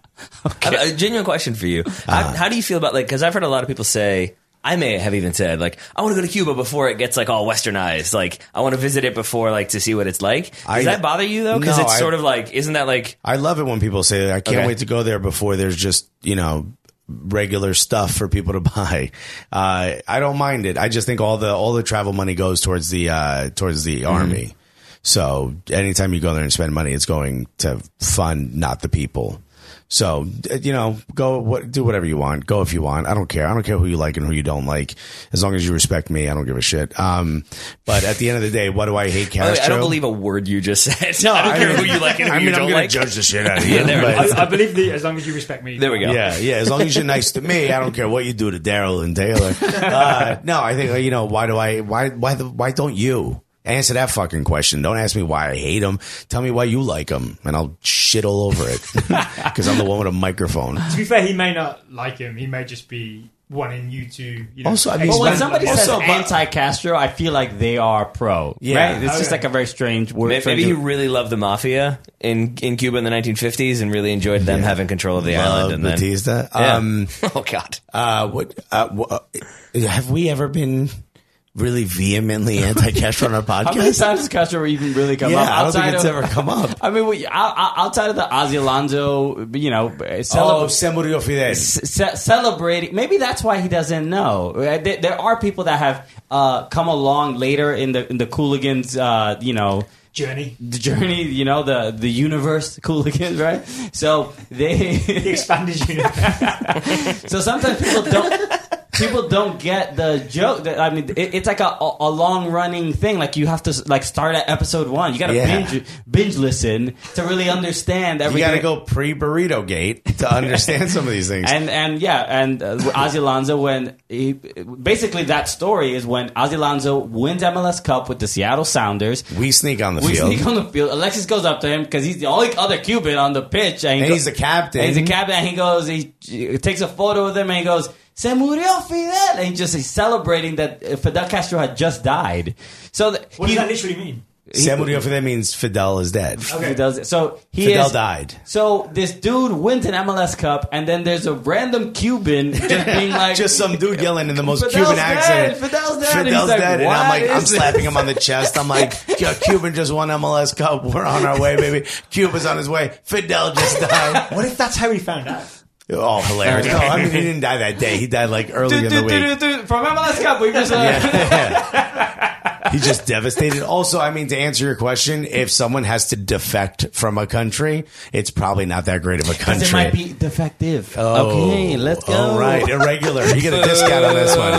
Speaker 7: have A genuine question for you:
Speaker 2: Ah.
Speaker 7: how, how do you feel about like? Because I've heard a lot of people say. I may have even said like I want to go to Cuba before it gets like all westernized. Like I want to visit it before like to see what it's like. Does
Speaker 2: I-
Speaker 7: that bother you though? Because
Speaker 2: No,
Speaker 7: it's
Speaker 2: I-
Speaker 7: sort of like isn't that like
Speaker 2: I love it when people say that. I can't
Speaker 7: Okay.
Speaker 2: wait to go there before there's just, you know, regular stuff for people to buy. Uh, I don't mind it. I just think all the all the travel money goes towards the uh, towards the
Speaker 7: Mm-hmm.
Speaker 2: army. So anytime you go there and spend money, it's going to fund not the people. So d- you know, go what do whatever you want. Go if you want. I don't care. I don't care who you like and who you don't like. As long as you respect me, I don't give a shit. Um, but at the end of the day, what do I hate
Speaker 7: By the
Speaker 2: Castro?
Speaker 7: way, I don't believe a word you just said. No, I don't care who you like and who
Speaker 2: I mean,
Speaker 7: you
Speaker 2: I'm
Speaker 7: don't
Speaker 2: gonna
Speaker 7: like.
Speaker 2: judge the shit out of you.
Speaker 7: there
Speaker 2: but-
Speaker 7: it
Speaker 6: I, I believe that as long as you respect me.
Speaker 7: There we go.
Speaker 2: yeah, yeah. As long as you're nice to me, I don't care what you do to Daryl and Taylor. Uh, no, I think uh, you know why do I why why the, why don't you answer that fucking question? Don't ask me why I hate him. Tell me why you like him, and I'll shit all over it because I'm the one with a microphone.
Speaker 6: To be fair, he may not like him. He may just be wanting you to. You know,
Speaker 2: Also, I mean,
Speaker 5: But when
Speaker 2: He's
Speaker 5: somebody
Speaker 2: not-
Speaker 5: says
Speaker 2: Also, but-
Speaker 5: anti-Castro, I feel like they are pro.
Speaker 2: Yeah.
Speaker 5: right? it's just
Speaker 6: Okay.
Speaker 5: like a very strange word.
Speaker 7: May- Maybe
Speaker 5: strange-
Speaker 7: you really loved the mafia in in Cuba in the 1950s and really enjoyed them having control of the island.
Speaker 2: Love
Speaker 7: And then,
Speaker 2: Uh, Batista.
Speaker 7: Yeah.
Speaker 2: Um,
Speaker 7: oh god,
Speaker 2: uh, what uh, wha- uh, have we ever been really vehemently anti-Castro on our podcast?
Speaker 5: How many times does Castro even really come
Speaker 2: yeah,
Speaker 5: up?
Speaker 2: I don't think
Speaker 5: Outside
Speaker 2: it's
Speaker 5: of-
Speaker 2: ever come up.
Speaker 5: I mean, we, o- o- outside of the Ozzy Alonso, you know, uh,
Speaker 2: Oh,
Speaker 5: celebra-
Speaker 2: se murió Fidel.
Speaker 5: ce- celebrating. Maybe that's why he doesn't know. Uh, There, there are people that have uh, come along later in the in the Cooligans, uh, you know,
Speaker 6: journey.
Speaker 5: the journey. You know, the the universe Cooligans, right? So
Speaker 6: The
Speaker 5: they,
Speaker 6: expanded universe.
Speaker 5: so sometimes people don't. People don't get the joke. That, I mean, it, it's like a, a, a long running thing. Like you have to like start at episode one. You got to
Speaker 2: Yeah.
Speaker 5: binge binge listen to really understand
Speaker 2: You
Speaker 5: everything.
Speaker 2: got to go pre burrito gate to understand some of these things.
Speaker 5: And and yeah, and uh, Ozzy Alonso when he basically that story is when Ozzy Alonso wins MLS Cup with the Seattle Sounders.
Speaker 2: we sneak on the
Speaker 5: We
Speaker 2: field.
Speaker 5: sneak on the field. Alexis goes up to him because he's the only other Cuban on the pitch, and, he
Speaker 2: And
Speaker 5: go-
Speaker 2: he's the captain.
Speaker 5: and he's a captain. And he goes, he, he takes a photo with him, and he goes, "Se murió Fidel," and he just he's celebrating that uh, Fidel Castro had just died. So th-
Speaker 6: What
Speaker 5: he,
Speaker 6: does that literally mean?
Speaker 2: San Muriel for them means Fidel is dead.
Speaker 5: he does it. So he
Speaker 2: Fidel
Speaker 5: is,
Speaker 2: died.
Speaker 5: So this dude wins an MLS Cup, and then there's a random Cuban just being like,
Speaker 2: Just some dude yelling in the most
Speaker 5: Fidel's
Speaker 2: Cuban
Speaker 5: dead,
Speaker 2: accent.
Speaker 5: Fidel's dead, and
Speaker 2: Fidel's
Speaker 5: he's like,
Speaker 2: dead. And I'm
Speaker 5: "What
Speaker 2: like, I'm
Speaker 5: is
Speaker 2: slapping him on the chest. I'm like, "Yo, Cuban just won MLS Cup. We're on our way, baby. Cuba's on his way. Fidel just died.
Speaker 6: What if that's how he found out?
Speaker 2: Oh, hilarious. No, I mean, he didn't die that day. He died like early in
Speaker 5: "Dude,
Speaker 2: the
Speaker 5: dude,
Speaker 2: week.
Speaker 5: dude, dude, from MLS Cup, we just learned."
Speaker 2: He's just devastated. Also, I mean, to answer your question, if someone has to defect from a country, it's probably not that great of a country.
Speaker 5: It might be defective.
Speaker 2: Oh,
Speaker 5: okay, let's go.
Speaker 2: All right, irregular. You get a discount on this one.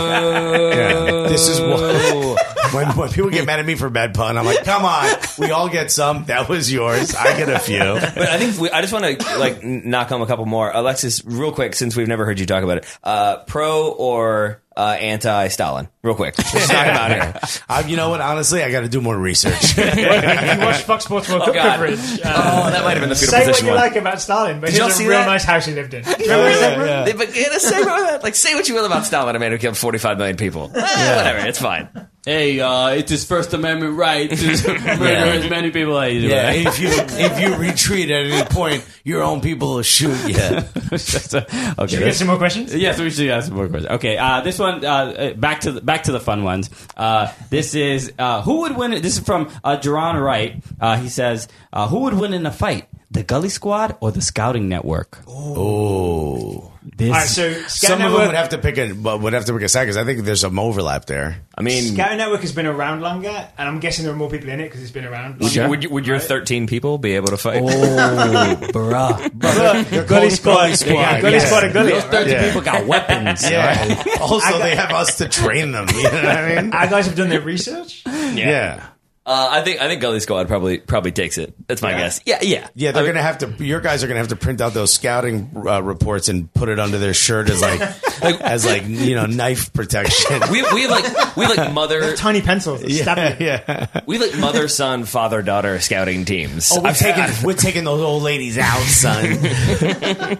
Speaker 2: Yeah, this is what. When, when people get mad at me for bad pun, I'm like, come on, we all get some. That was yours. I get a few.
Speaker 7: but I think we, I just want to like n- knock home a couple more. Alexis, real quick, since we've never heard you talk about it, uh, pro or uh, anti-Stalin? Real quick, let's talk about it.
Speaker 2: Um, you know what? Honestly, I got to do more research.
Speaker 6: if you watch Fox Sports World Cup
Speaker 7: Oh, God.
Speaker 6: coverage, uh,
Speaker 7: Oh, that might have been the fetal
Speaker 6: say what
Speaker 7: position
Speaker 6: you
Speaker 7: one.
Speaker 6: like about Stalin, but
Speaker 7: Did y'all
Speaker 6: here's a
Speaker 7: see
Speaker 6: real
Speaker 7: that?
Speaker 6: nice house he lived in. Do you
Speaker 7: Yeah,
Speaker 6: remember that?
Speaker 7: yeah, yeah. They- But in a segment like that, like, say what you will about Stalin, a man who killed 45 million people. Eh, Whatever, it's fine.
Speaker 5: hey, uh, it's his First Amendment right to murder as many people as you
Speaker 2: Yeah, if you if you retreat at any point, your own people will shoot you. uh,
Speaker 5: okay.
Speaker 6: Should we get some more questions?
Speaker 5: Yes, we should ask some more questions. Okay, uh, this one uh, uh, back to the, back to the fun ones. Uh, this is uh, who would win. This is from uh, Jerron Wright. Uh, he says, uh, "Who would win in a fight, the Gully Squad or the Scouting Network?"
Speaker 2: Oh,
Speaker 5: This,
Speaker 6: All right, so Scout
Speaker 2: some of them
Speaker 6: Network,
Speaker 2: would have to pick a but would have to pick a side because I think there's some overlap there.
Speaker 7: I mean,
Speaker 6: Scout Network has been around longer, and I'm guessing there are more people in it because it's been around.
Speaker 7: would,
Speaker 6: longer.
Speaker 7: you, would, you- would your 13 people be able to fight?
Speaker 5: oh, bruh,
Speaker 2: They're
Speaker 6: Gully
Speaker 2: called
Speaker 6: squad,
Speaker 2: Gully Squad,
Speaker 6: Yeah, gully
Speaker 2: yes.
Speaker 6: squad, and gully.
Speaker 5: those thirty
Speaker 2: Yeah.
Speaker 5: people got weapons.
Speaker 2: Yeah. also, they have us to train them. You know what I mean?
Speaker 6: Our guys have done their research.
Speaker 2: yeah.
Speaker 7: Uh, I think I think Gully Squad probably probably takes it. That's my guess. Yeah, yeah,
Speaker 2: Yeah, they're gonna have to. Your guys are gonna have to print out those scouting uh, reports and put it under their shirt as like, as like you know knife protection.
Speaker 7: We, we have like we have like mother
Speaker 6: Tiny pencils. Yeah,
Speaker 2: yeah,
Speaker 7: we have like mother son father daughter scouting teams.
Speaker 6: Oh,
Speaker 2: we're
Speaker 7: I've
Speaker 2: taking Oh, we're taking those old ladies out, son.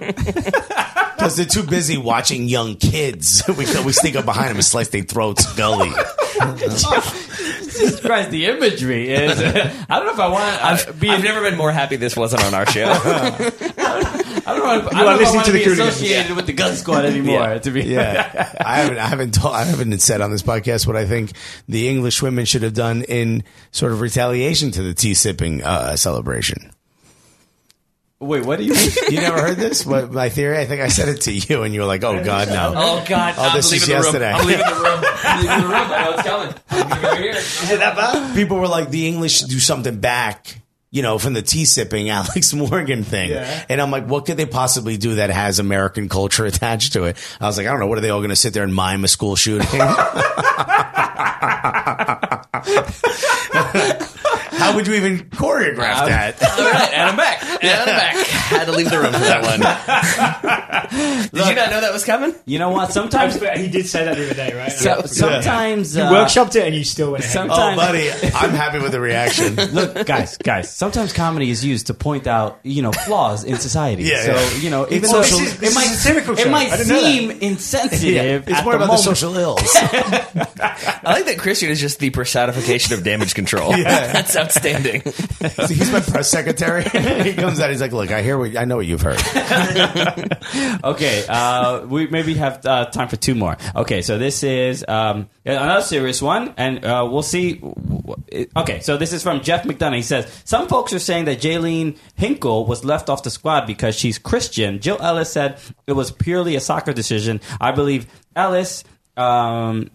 Speaker 2: Because they're too busy watching young kids. We go- we sneak up behind them and slice their throats, gully.
Speaker 5: Jesus Christ, the imagery is. I don't know if I want. I've,
Speaker 7: I've, I've never been more happy this wasn't on our show.
Speaker 5: I don't know. If, I
Speaker 6: are
Speaker 5: don't know if I
Speaker 6: listening
Speaker 5: want to
Speaker 6: to the
Speaker 5: be
Speaker 6: Cooligans.
Speaker 5: associated with the Gully Squad anymore.
Speaker 7: Yeah.
Speaker 5: To be
Speaker 2: Yeah, I haven't, I haven't, told, I haven't said on this podcast what I think the English women should have done in sort of retaliation to the tea sipping uh, celebration.
Speaker 5: Wait, what do you? mean?
Speaker 2: You never heard this? What, my theory? I think I said it to you, and you were like, "Oh God, no."
Speaker 7: oh God,
Speaker 2: Oh, this is yesterday.
Speaker 5: I'm leaving the room. I know it's coming. I'm leaving it here.
Speaker 2: People were like, "The English should do something back." You know, from the tea sipping Alex Morgan thing.
Speaker 6: Yeah.
Speaker 2: And I'm like, what could they possibly do that has American culture attached to it? I was like, I don't know. What are they all going to sit there and mime a school shooting? How would you even choreograph that?
Speaker 7: All right, and I'm back. And I'm back. Had to leave the room for that one. Did you not know that was coming?
Speaker 5: You know what? Sometimes,
Speaker 6: But he did say that the other day, right?
Speaker 5: so, sometimes uh,
Speaker 6: Workshopped it, and you still went ahead.
Speaker 5: Some-
Speaker 2: Oh, buddy, I'm happy with the reaction.
Speaker 5: Look, guys, guys. Sometimes comedy is used to point out, you know, flaws in society.
Speaker 2: Yeah,
Speaker 5: so
Speaker 2: yeah.
Speaker 5: you know, even
Speaker 2: It's
Speaker 5: though
Speaker 2: social-
Speaker 5: it
Speaker 6: this
Speaker 5: might
Speaker 6: is a satirical
Speaker 5: it
Speaker 6: show.
Speaker 5: might
Speaker 6: I didn't know
Speaker 5: seem
Speaker 2: Yeah,
Speaker 5: insensitive.
Speaker 2: it's
Speaker 5: at
Speaker 2: more
Speaker 5: the
Speaker 2: about
Speaker 5: moment.
Speaker 2: the social ills.
Speaker 7: I like that Christian is just the personification of damage control. That's outstanding.
Speaker 2: So he's my press secretary. he comes out. He's like, "Look, I hear what I know what you've heard."
Speaker 5: Okay, uh, we maybe have uh, time for two more. Okay, so this is um, another serious one, and uh, we'll see. Okay, so this is from Jeff McDonough. He says some folks are saying that Jaylene Hinkle was left off the squad because she's Christian. Jill Ellis said it was purely a soccer decision. I believe Ellis. Um,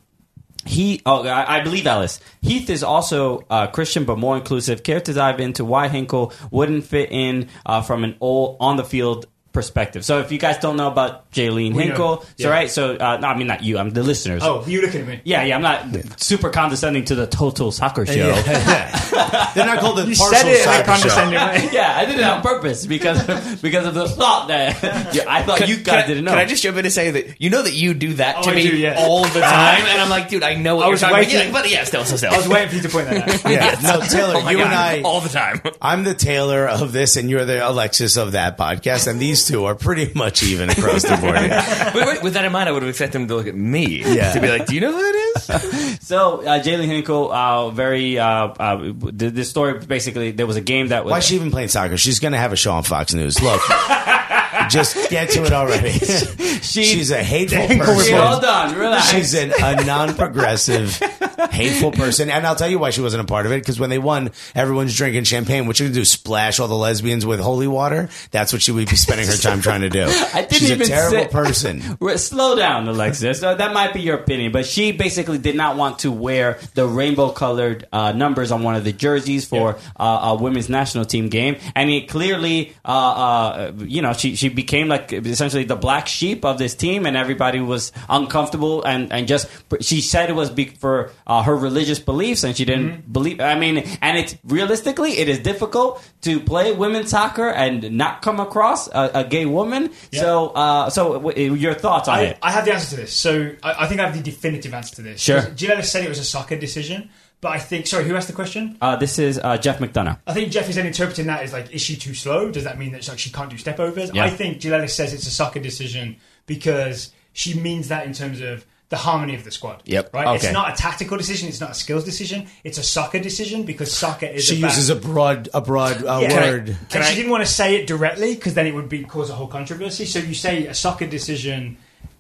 Speaker 5: he, oh, I, I believe Ellis. Heath is also uh, Christian, but more inclusive. Care to dive into why Hinkle wouldn't fit in uh, from an old on the field perspective. So, if you guys don't know about Jaylene
Speaker 6: We know.
Speaker 5: Hinkle, so
Speaker 6: Yeah.
Speaker 5: right, so uh, no, I mean not you, I'm the listeners.
Speaker 6: Oh, you looking at me?
Speaker 5: yeah, yeah, I'm not super condescending to the total soccer show. Yeah,
Speaker 2: They're not called the
Speaker 6: You
Speaker 2: partial
Speaker 6: said it in a
Speaker 2: soccer
Speaker 6: condescending way.
Speaker 5: I did it on purpose because because of the thought that yeah, I thought you
Speaker 7: Can
Speaker 5: guys
Speaker 7: I-
Speaker 5: didn't know.
Speaker 7: Can I just jump in and say that you know that you do that to
Speaker 6: Oh, I
Speaker 7: me
Speaker 6: do, yeah.
Speaker 7: all the time, and I'm like, dude, I know what
Speaker 6: I
Speaker 7: you're
Speaker 6: was
Speaker 7: talking about.
Speaker 6: waiting-
Speaker 7: You're like, but yeah, still, still, still.
Speaker 6: I was waiting for you to point that out.
Speaker 2: show. Yeah, no, Taylor,
Speaker 7: Oh my
Speaker 2: you
Speaker 7: God,
Speaker 2: and I,
Speaker 7: all the time.
Speaker 2: I'm the Taylor of this, and you're the Alexis of that podcast, and these two are pretty much even across the board.
Speaker 7: Wait, wait, with that in mind, I would have expected him to look at me
Speaker 2: Yeah.
Speaker 7: to be like, "Do you know who that is?"
Speaker 5: So uh, Jalen Hinkle, uh, very uh, uh, th- this story basically there was a game that was
Speaker 2: Why is she even playing soccer? She's going to have a show on Fox News. Look, just get to it already. She's a hateful
Speaker 5: She-
Speaker 2: person.
Speaker 5: hold on, relax.
Speaker 2: She's an, a non-progressive, hateful person, and I'll tell you why she wasn't a part of it. Because when they won, everyone's drinking champagne. What you gonna do? Splash all the lesbians with holy water? That's what she would be spending her time trying to do.
Speaker 5: I didn't
Speaker 2: She's
Speaker 5: even
Speaker 2: a terrible
Speaker 5: say-
Speaker 2: person.
Speaker 5: Re- Slow down, Alexis. Uh, that might be your opinion, but she basically did not want to wear the rainbow-colored uh, numbers on one of the jerseys for uh, a women's national team game, and it clearly, uh, uh, you know, she she became like essentially the black sheep of this team, and everybody was uncomfortable and and just she said it was be- for uh, her religious beliefs, and she didn't believe. I mean, and it's realistically, it is difficult to play women's soccer and not come across a, a gay woman. So, uh, so w- your thoughts on
Speaker 6: I,
Speaker 5: it?
Speaker 6: I have the answer to this. So I, I think I have the definitive answer to this.
Speaker 5: Sure.
Speaker 6: Jill Ellis said it was a soccer decision, but I think. Sorry, who asked the question?
Speaker 5: uh, this is uh, Jeff McDonough.
Speaker 6: I think Jeff is then interpreting that as like, is she too slow? Does that mean that she, like, she can't do stepovers?
Speaker 5: Yeah.
Speaker 6: I think Jill Ellis says it's a soccer decision because she means that in terms of the harmony of the squad.
Speaker 7: Yep.
Speaker 6: Right. It's
Speaker 7: Okay.
Speaker 6: not a tactical decision. It's not a skills decision. It's a soccer decision because soccer is.
Speaker 2: She
Speaker 6: about-
Speaker 2: uses a broad a broad uh,
Speaker 6: Yeah.
Speaker 2: word.
Speaker 6: And she didn't want to say it directly because then it would be cause a whole controversy. So you say a soccer decision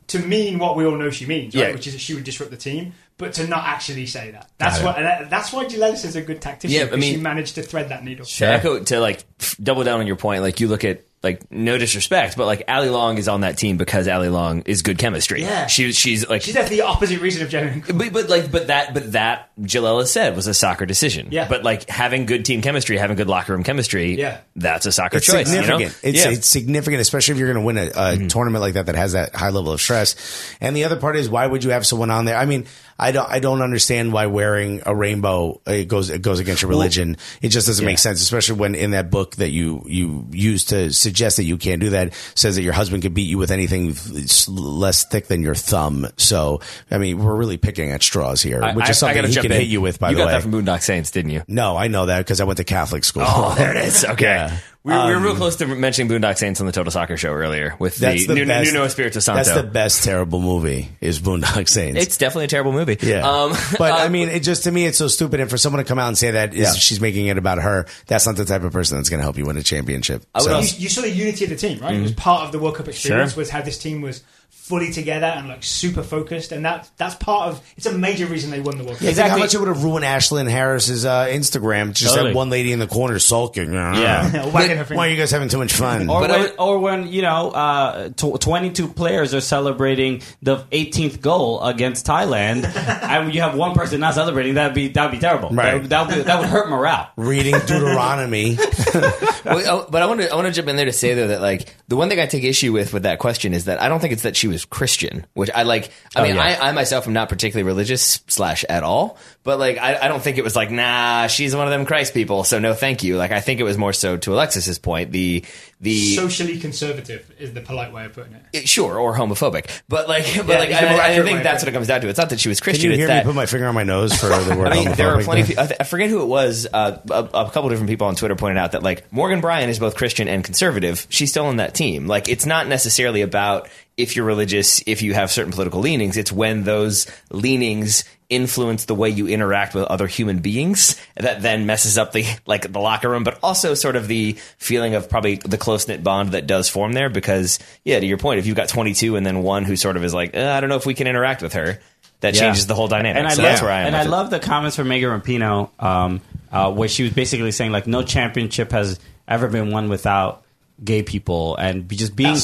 Speaker 6: to mean what we all know she means, right?
Speaker 7: Yeah.
Speaker 6: Which is that she would disrupt the team, but to not actually say that. That's what. And that, that's why Gilelis is a good tactician.
Speaker 7: Yeah, I
Speaker 6: because she
Speaker 7: mean-
Speaker 6: managed to thread that needle.
Speaker 7: To echo to like f- double down on your point, like you look at like no disrespect, but like Ali Long is on that team because Ali Long is good chemistry.
Speaker 6: Yeah.
Speaker 7: she she's like
Speaker 6: She's that's the opposite reason of Jeremy.
Speaker 7: But, but like but that but that Jalella said was a soccer decision.
Speaker 6: Yeah.
Speaker 7: But like having good team chemistry, having good locker room chemistry,
Speaker 6: Yeah.
Speaker 7: that's a soccer
Speaker 2: It's
Speaker 7: choice.
Speaker 2: significant.
Speaker 7: You know?
Speaker 2: it's,
Speaker 7: yeah. Mm-hmm.
Speaker 2: it's significant, especially if you're going to win a, a tournament like that that has that high level of stress. And the other part is, why would you have someone on there? I mean, I don't, I don't understand why wearing a rainbow uh, it goes it goes against your religion. it just doesn't make sense, especially when in that book that you you use to suggest that you can't do that says that your husband could beat you with anything s- less thick than your thumb. So, I mean, we're really picking at straws here, which
Speaker 7: I- I- I
Speaker 2: is something
Speaker 7: gotta
Speaker 2: he
Speaker 7: jump
Speaker 2: can
Speaker 7: in.
Speaker 2: hit you with. By
Speaker 7: you
Speaker 2: the
Speaker 7: got
Speaker 2: way,
Speaker 7: that from Boondock Saints, didn't you?
Speaker 2: no, I know that because I went to Catholic school.
Speaker 7: Oh, there it is. Okay. We, we were real close to mentioning Boondock Saints on the Total Soccer Show earlier with the,
Speaker 2: Um, That's the,
Speaker 7: Nu-
Speaker 2: best.
Speaker 7: Nuno Espirito Santo.
Speaker 2: That's the best terrible movie is Boondock Saints.
Speaker 7: It's definitely a terrible movie.
Speaker 2: yeah,
Speaker 7: Um,
Speaker 2: but
Speaker 7: uh,
Speaker 2: I mean, it just to me, it's so stupid. And for someone to come out and say that is
Speaker 7: Yeah.
Speaker 2: she's making it about her, that's not the type of person that's going to help you win a championship.
Speaker 7: would
Speaker 2: So-
Speaker 7: also-
Speaker 6: You, you saw the unity of the team, right? It was part of the World Cup experience
Speaker 7: Sure.
Speaker 6: was how this team was fully together and like super focused, and that that's part of. It's a major reason they won the World Cup.
Speaker 2: You think
Speaker 5: Exactly.
Speaker 2: how much it would have ruined Ashlyn Harris's uh, Instagram? Just
Speaker 5: Totally.
Speaker 2: that one lady in the corner sulking.
Speaker 7: Yeah.
Speaker 6: Wagging her finger.
Speaker 2: Why are you guys having too much fun?
Speaker 5: Or
Speaker 7: But
Speaker 5: when,
Speaker 7: I would-
Speaker 5: or when you know, uh, tw- twenty-two players are celebrating the 18th goal against Thailand, and you have one person not celebrating, that'd be that'd be terrible.
Speaker 2: Right.
Speaker 5: That, that'd be, that would hurt morale.
Speaker 2: Reading Deuteronomy.
Speaker 7: Wait, oh, but I want to I want to jump in there to say though that like the one thing I take issue with with that question is that I don't think it's that she was Christian, which I like.
Speaker 2: Oh,
Speaker 7: I mean,
Speaker 5: yeah.
Speaker 7: I, I myself am not particularly religious slash at all, but like I, I don't think it was like nah, she's one of them Christ people, so no, thank you. Like I think it was more so to Alexis's point the the.
Speaker 6: Socially conservative is the polite way of putting it.
Speaker 7: Sure, or homophobic, but like, but
Speaker 6: Yeah,
Speaker 7: like,
Speaker 6: it's a more
Speaker 7: I, I
Speaker 6: accurate way
Speaker 7: think
Speaker 6: of
Speaker 7: that's
Speaker 6: putting
Speaker 7: what it comes down to. It's not that she was
Speaker 2: Can
Speaker 7: Christian.
Speaker 2: you
Speaker 7: it's
Speaker 2: hear me
Speaker 7: that,
Speaker 2: put my finger on my nose for the word?
Speaker 7: I mean, there are
Speaker 2: homophobic
Speaker 7: plenty. Of,
Speaker 2: there?
Speaker 7: pe- I th- I forget who it was. Uh, a, a couple different people on Twitter pointed out that like Morgan Bryan is both Christian and conservative. She's still on that team. Like it's not necessarily about if you're religious, if you have certain political leanings. It's when those leanings influence the way you interact with other human beings that then messes up the like the locker room, but also sort of the feeling of probably the close knit bond that does form there. Because yeah, to your point, if you've got 22 and then one who sort of is like, uh, I don't know if we can interact with her. That
Speaker 5: Yeah.
Speaker 7: changes the whole dynamic.
Speaker 5: And I
Speaker 7: so
Speaker 5: love,
Speaker 7: that's where I am.
Speaker 5: And I
Speaker 7: with it.
Speaker 5: love the comments from Megan Rapinoe, um, uh, where she was basically saying like, no championship has ever been won without gay people, and be- just being
Speaker 6: That's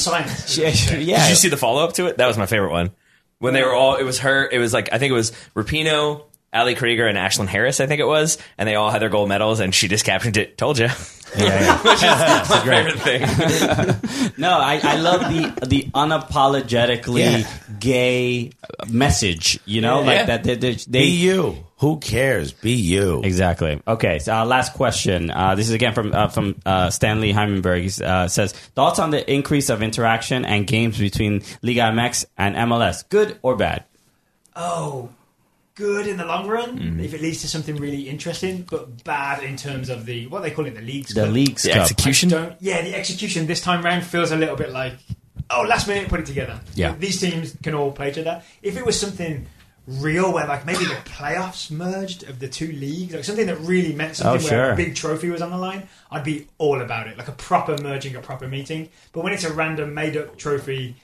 Speaker 6: science.
Speaker 5: Yeah, yeah.
Speaker 7: Did you see the follow up to it? That was my favorite one. When they were all, it was her. It was like I think it was Rapino, Ali Krieger, and Ashlyn Harris. I think it was, and they all had their gold medals, and she just captioned it. Told you, which is my favorite thing.
Speaker 5: No, I, I love the the unapologetically
Speaker 2: Yeah.
Speaker 5: gay message. You know, like
Speaker 7: Yeah.
Speaker 5: that they, they,
Speaker 2: Be
Speaker 5: they
Speaker 2: you. Who cares? Be you.
Speaker 5: Exactly. Okay. So uh, last question. Uh, this is again from uh, from uh, Stanley Heimenberg. He uh, says thoughts on the increase of interaction and games between Liga MX and MLS, good or bad?
Speaker 6: oh, good in the long run if it leads to something really interesting, but bad in terms of the what they call it, the leagues.
Speaker 5: The
Speaker 6: Cup.
Speaker 5: leagues
Speaker 7: The
Speaker 5: cup.
Speaker 7: execution.
Speaker 6: Don't, yeah, the execution this time round feels a little bit like, oh, last minute, put it together.
Speaker 5: Yeah.
Speaker 6: These teams can all play each other. If it was something real where like maybe the playoffs merged of the two leagues, like something that really meant something
Speaker 5: Oh,
Speaker 6: where
Speaker 5: sure.
Speaker 6: a big trophy was on the line, I'd be all about it. Like a proper merging, a proper meeting. But when it's a random made up trophy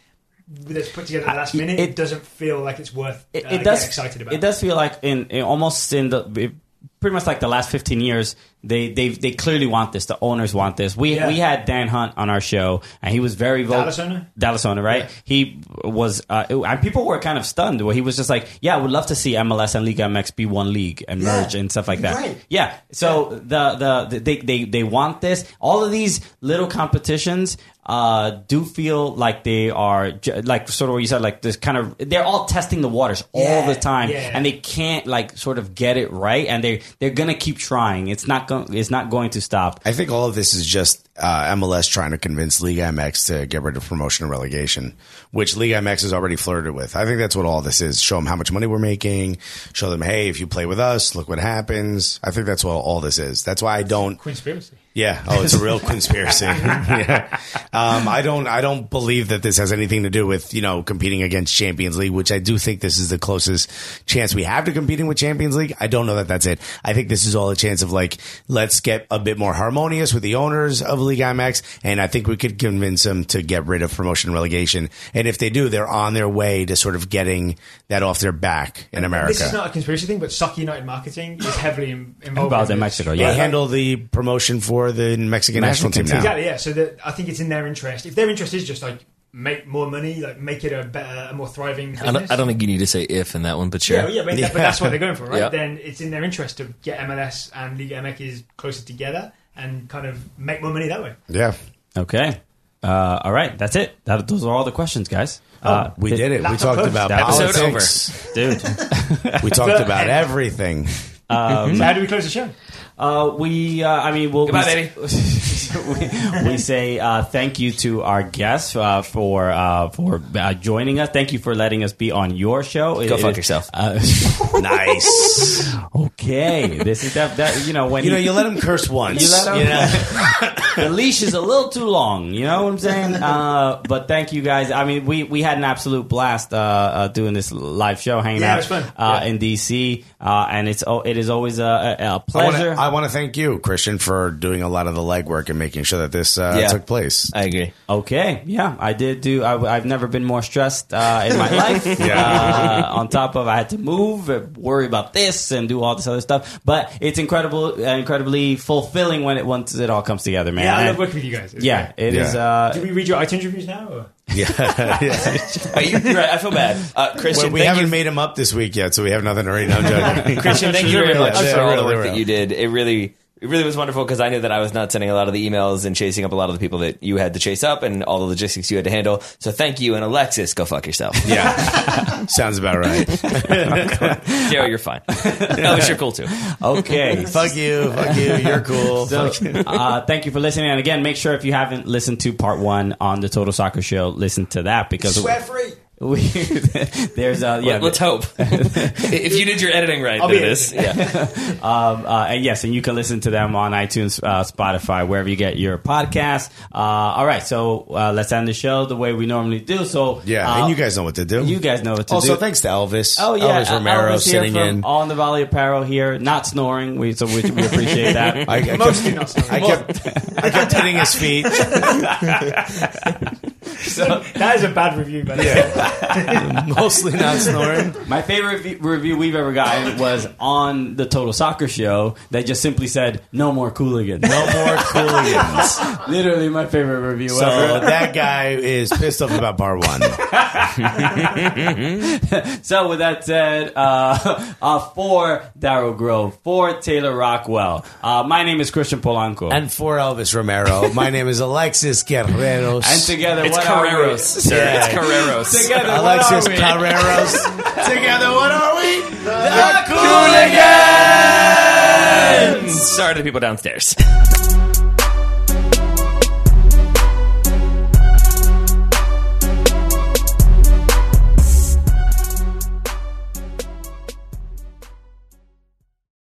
Speaker 6: that's put together at the last
Speaker 5: I-
Speaker 6: minute,
Speaker 5: Uh, it-
Speaker 6: it, doesn't feel like it's worth
Speaker 5: It,
Speaker 6: uh,
Speaker 5: it does.
Speaker 6: getting excited about.
Speaker 5: It does feel like in, in almost in the. it- Pretty much like the last fifteen years, they they they clearly want this. The owners want this. We
Speaker 6: Yeah.
Speaker 5: we had Dan Hunt on our show, and he was very vocal.
Speaker 6: Dallas owner?
Speaker 5: Dallas owner, right?
Speaker 6: Yeah.
Speaker 5: He was, uh, and people were kind of stunned. Where he was just like, "Yeah, I would love to see MLS and Liga MX be one league and
Speaker 6: Yeah.
Speaker 5: merge and stuff like that."
Speaker 6: Right.
Speaker 5: Yeah. So The, the the they they they want this. All of these little competitions uh, do feel like they are j- like sort of what you said, like this kind of they're all testing the waters all
Speaker 6: Yeah.
Speaker 5: the time,
Speaker 6: Yeah.
Speaker 5: and they can't like sort of get it right, and they they're gonna keep trying. It's not going it's not going to stop.
Speaker 2: I think all of this is just uh, MLS trying to convince League MX to get rid of promotion and relegation, which League MX has already flirted with. I think that's what all this is. Show them how much money we're making. Show them, hey, if you play with us, look what happens. I think that's what all this is. That's why I don't.
Speaker 6: Conspiracy.
Speaker 2: Yeah. Oh, it's a real conspiracy. yeah. Um, I don't. I don't believe that this has anything to do with you know competing against Champions League, which I do think this is the closest chance we have to competing with Champions League. I don't know that that's it. I think this is all a chance of like let's get a bit more harmonious with the owners of League IMAX, and I think we could convince them to get rid of promotion and relegation. And if they do, they're on their way to sort of getting that off their back in America.
Speaker 6: This is not a conspiracy thing, but Soccer United marketing is heavily in, involved
Speaker 5: About in
Speaker 6: this.
Speaker 5: Mexico,
Speaker 2: They
Speaker 5: yeah.
Speaker 2: handle the promotion for the Mexican, national team now.
Speaker 6: Exactly, yeah. So that I think it's in their interest. If their interest is just like make more money, like make it a better, a more thriving. Business,
Speaker 3: I don't, I don't think you need to say if in that one, but sure.
Speaker 6: Yeah, yeah, but, but that's what they're going for, right?
Speaker 3: Yeah.
Speaker 6: Then it's in their interest to get MLS and Liga MX closer together and kind of make more money that way.
Speaker 2: Yeah.
Speaker 5: Okay. Uh, all right. That's it. That, those are all the questions, guys. Uh,
Speaker 2: We did it. We
Speaker 6: Laptop
Speaker 2: talked
Speaker 6: closed.
Speaker 2: about
Speaker 3: Episode
Speaker 2: politics.
Speaker 5: dude.
Speaker 2: We talked about everything.
Speaker 3: Mm-hmm.
Speaker 6: so how do we close the show?
Speaker 5: Uh, we, uh, I mean, we'll
Speaker 7: Goodbye,
Speaker 5: we, we, we say uh, thank you to our guests uh, for uh, for uh, joining us. Thank you for letting us be on your show. Go
Speaker 7: fuck yourself.
Speaker 5: Uh,
Speaker 2: Nice.
Speaker 5: okay, this is that, that you know when
Speaker 2: you know,
Speaker 5: he-
Speaker 2: you let him curse once.
Speaker 5: You let him-
Speaker 2: you know?
Speaker 5: the leash is a little too long. You know what I'm saying? Uh, but thank you guys. I mean, we, we had an absolute blast uh, uh, doing this live show, hanging out
Speaker 6: Yeah, it was fun.
Speaker 5: Uh,
Speaker 6: Yeah.
Speaker 5: in DC, uh, and it's oh, it is always a, a, a
Speaker 2: I wanna-
Speaker 5: pleasure.
Speaker 2: I want to thank you, Christian, for doing a lot of the legwork and making sure that this uh,
Speaker 7: Yeah.
Speaker 2: took place.
Speaker 7: I agree.
Speaker 5: Okay, yeah, I did do. I, have never been more stressed uh, in my life. uh, on top of, I had to move, uh, worry about this, and do all this other stuff. But it's incredible, uh, incredibly fulfilling when it once it all comes together, man.
Speaker 6: Yeah, I love
Speaker 5: And-
Speaker 6: working with you guys. It's
Speaker 5: yeah,
Speaker 6: great.
Speaker 5: it
Speaker 2: Yeah.
Speaker 5: is. Uh,
Speaker 6: Do we read your iTunes reviews now? Or?
Speaker 2: yeah. Yeah.
Speaker 7: Are you, you're right, I feel bad, uh,
Speaker 2: Well,
Speaker 7: Christian.
Speaker 2: we
Speaker 7: thank
Speaker 2: haven't
Speaker 7: you,
Speaker 2: made him up this week yet, so we have nothing to read. No, I'm joking.
Speaker 7: Christian. Thank you
Speaker 2: They're
Speaker 7: very
Speaker 2: real.
Speaker 7: much
Speaker 2: They're
Speaker 7: for all the
Speaker 2: real,
Speaker 7: work
Speaker 2: they're
Speaker 7: that
Speaker 2: real.
Speaker 7: you did. It really, it really was wonderful because I knew that I was not sending a lot of the emails and chasing up a lot of the people that you had to chase up and all the logistics you had to handle. So thank you, and Alexis, go fuck yourself.
Speaker 2: Yeah. Sounds about right.
Speaker 7: Joe, you're fine. Alex, you're cool too.
Speaker 5: uh, okay,
Speaker 2: fuck you. Fuck you. You're cool.
Speaker 5: So,
Speaker 2: Fuck-
Speaker 5: uh, thank you for listening. And again, make sure if you haven't listened to part one on the Total Soccer Show, listen to that because
Speaker 6: Swear free.
Speaker 5: we, there's uh, yeah,
Speaker 7: Let's hope. if you did your editing right,
Speaker 6: I'll be
Speaker 7: there it is. Yeah.
Speaker 5: uh, and yes, and you can listen to them on iTunes, uh, Spotify, wherever you get your podcast. Uh, all right, so uh, let's end the show the way we normally do. So
Speaker 2: yeah.
Speaker 5: uh,
Speaker 2: and you guys know what to do.
Speaker 5: you guys know what to
Speaker 2: also,
Speaker 5: do.
Speaker 2: thanks to Elvis.
Speaker 5: Oh yeah,
Speaker 2: Elvis Romero
Speaker 5: Elvis here
Speaker 2: sitting
Speaker 5: from
Speaker 2: in.
Speaker 5: on the Valley Apparel here, not snoring. We so we, we appreciate that.
Speaker 2: I, I kept,
Speaker 6: Mostly not sorry.
Speaker 2: I kept, I kept hitting his feet.
Speaker 6: that is a bad review, by the way.
Speaker 2: Mostly not snoring.
Speaker 5: My favorite v- review we've ever gotten was on the Total Soccer Show that just simply said, "No more cooligans."
Speaker 2: No more cooligans.
Speaker 5: Literally, my favorite review
Speaker 2: So
Speaker 5: ever.
Speaker 2: that guy is pissed off about part one.
Speaker 5: So with that said, uh, uh, for Daryl Grove, for Taylor Rockwell, uh, my name is Christian Polanco,
Speaker 2: And for Elvis Romero, my name is Alexis Guerreros.
Speaker 5: And together
Speaker 7: It's
Speaker 5: what are we?
Speaker 7: Carreros, sir.
Speaker 2: Yeah.
Speaker 7: It's Carreros.
Speaker 5: Together
Speaker 2: Alexis
Speaker 5: what are we?
Speaker 2: Carreros. Together, what are we?
Speaker 7: Hooligans! Sorry to the people downstairs.